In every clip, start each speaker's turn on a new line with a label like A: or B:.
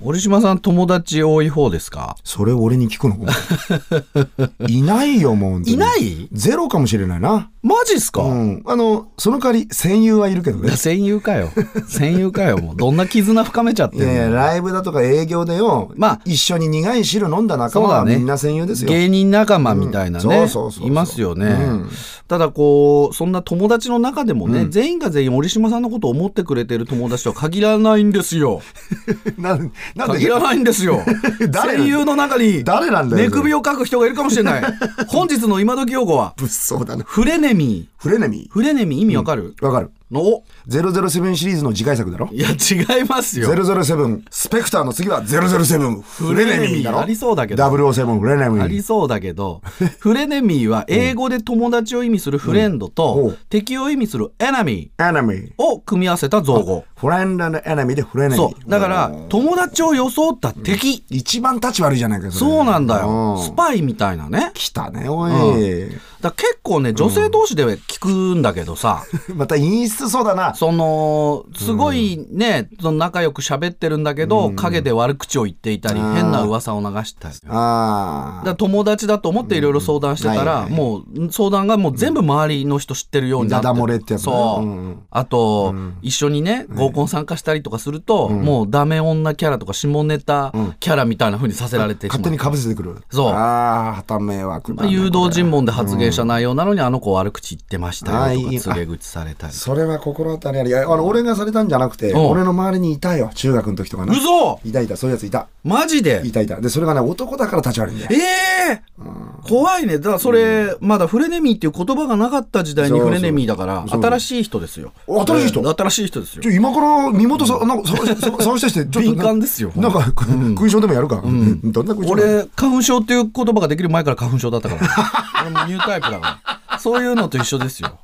A: 折島さん友達多い方ですか
B: それ俺に聞くの いないよ、もう本当に。
A: いない
B: ゼロかもしれないな。
A: マジっすか、
B: うん。あの、その代わり、戦友はいるけど
A: い
B: ね
A: や。戦友 かよ戦友かよもうどんな絆深めちゃって
B: い
A: んの
B: やいや、ライブだとか営業でよ、
A: まあ
B: 一緒に苦い汁飲んだ仲
A: そう
B: 間
A: だ
B: は
A: ね
B: みんな戦友ですよ。
A: 芸人仲間みたいなね、
B: うんそうそうそうそう
A: いますよね、
B: うん
A: ただこうそんな友達の中でもね、全員が全員折島さんのことを思ってくれてる友達とは限らないんですよ
B: なんなん
A: 限
B: で
A: らないんですよ
B: 誰
A: 声優の中に
B: 誰なんだよ
A: 寝首をかく人がいるかもしれない本日の今時用語は
B: 物騒だな。
A: フレネミー
B: フレネミ
A: フレネミー意味わかる、
B: ー。わかる。
A: のお
B: 007シリーズの次回作だろ
A: いや違いますよ
B: 007スペクターの次は007フレネミーだろ
A: ありそうだけど
B: 007フレネミ
A: あり
B: ー
A: そうだけど、フレネミーは英語で友達を意味するフレンド
B: うんお
A: と
B: う
A: 敵を意味するエナミ
B: エネミー
A: ーを組み合わせた造語。
B: フレンドのエネミーでフレネミー
A: そう。だから、友達を装った敵。
B: 一番立ち悪いじゃないかれ
A: そうなんだよ。
B: うん
A: スパイみたいなね。
B: 来たねおい、
A: だから結構ね、女性同士で聞くんだけどさ、
B: また陰湿そうだな
A: その、すごいね、その仲良く喋ってるんだけど、陰で悪口を言っていたり、
B: うん
A: 変な噂を流したり。
B: あ
A: だか
B: あ
A: ら友達だと思っていろいろ相談してたら、
B: うんはいはい
A: もう相談がもう全部周りの人知ってるようになって
B: ダダ漏れってやつね
A: そう、
B: うんうん
A: あと、一緒にね合コン参加したりとかすると、もうダメ女キャラとか下ネタキャラみたいな風にさせられてしまう、
B: 勝手にかぶせてくる
A: そう
B: ああ旗迷惑
A: ま
B: だ
A: あ
B: ね
A: 誘導尋問で発言した内容なのに、あの子悪口言ってましたよと
B: あ
A: か
B: いい
A: 告げ口されたり
B: それは心当たりありいやあの俺がされたんじゃなくて
A: うん
B: 俺の周りにいたよ中学の時とかな
A: 嘘
B: いたいたそういうやついた
A: マジで
B: いたいたでそれがね男だから立ち悪いんだよ
A: ええ怖いねだからそれ、まだフレネミーっていう言葉がなかった時代に
B: そうそ
A: フ
B: う
A: レネミーだから
B: そう
A: 新しい人ですよ
B: お新しい人
A: ええ新しい人ですよ
B: ちょ今から身 元さ、なんか探し探探し出して、ちょっと
A: 敏感ですよ
B: なんか、勲章でもやるか。 どんな勲章
A: 俺花粉症っていう言葉ができる前から花粉症だったから 俺もニュータイプだからそういうのと一緒ですよ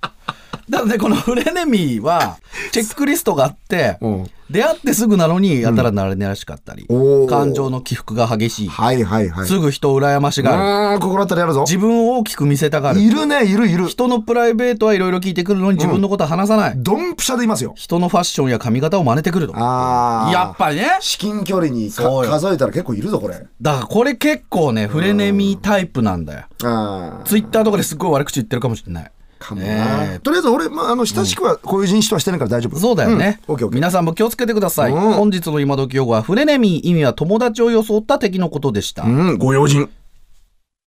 A: なのでこのフレネミーはチェックリストがあって
B: うん
A: 出会ってすぐなのにやたらなれならしかったり、
B: おー
A: 感情の起伏が激しい、
B: はいはいはい。
A: すぐ人を羨ましがる
B: ああ、心当たりあるぞ。
A: 自分を大きく見せたがる
B: いるね、いるいる。
A: 人のプライベートはいろいろ聞いてくるのに自分のことは話さない、
B: ドンピシャでいますよ。
A: 人のファッションや髪型を真似てくると
B: ああ。
A: やっぱりね
B: 至近距離にか
A: そうよ
B: 数えたら結構いるぞ、これ。
A: だからこれ結構ねフレネミータイプなんだよ
B: ああ。
A: ツイッターとかですっごい悪口言ってるかもしれない
B: かも
A: ええ
B: な。とりあえず俺、まあ、あの、親しくはこういう人種とはしてないから大丈夫。
A: そうだよね、
B: うんオッケーオッケー。
A: 皆さんも気をつけてください、
B: うん
A: 本日の今時用語はフレネミー意味は友達を装った敵のことでした、
B: うん、ご用心。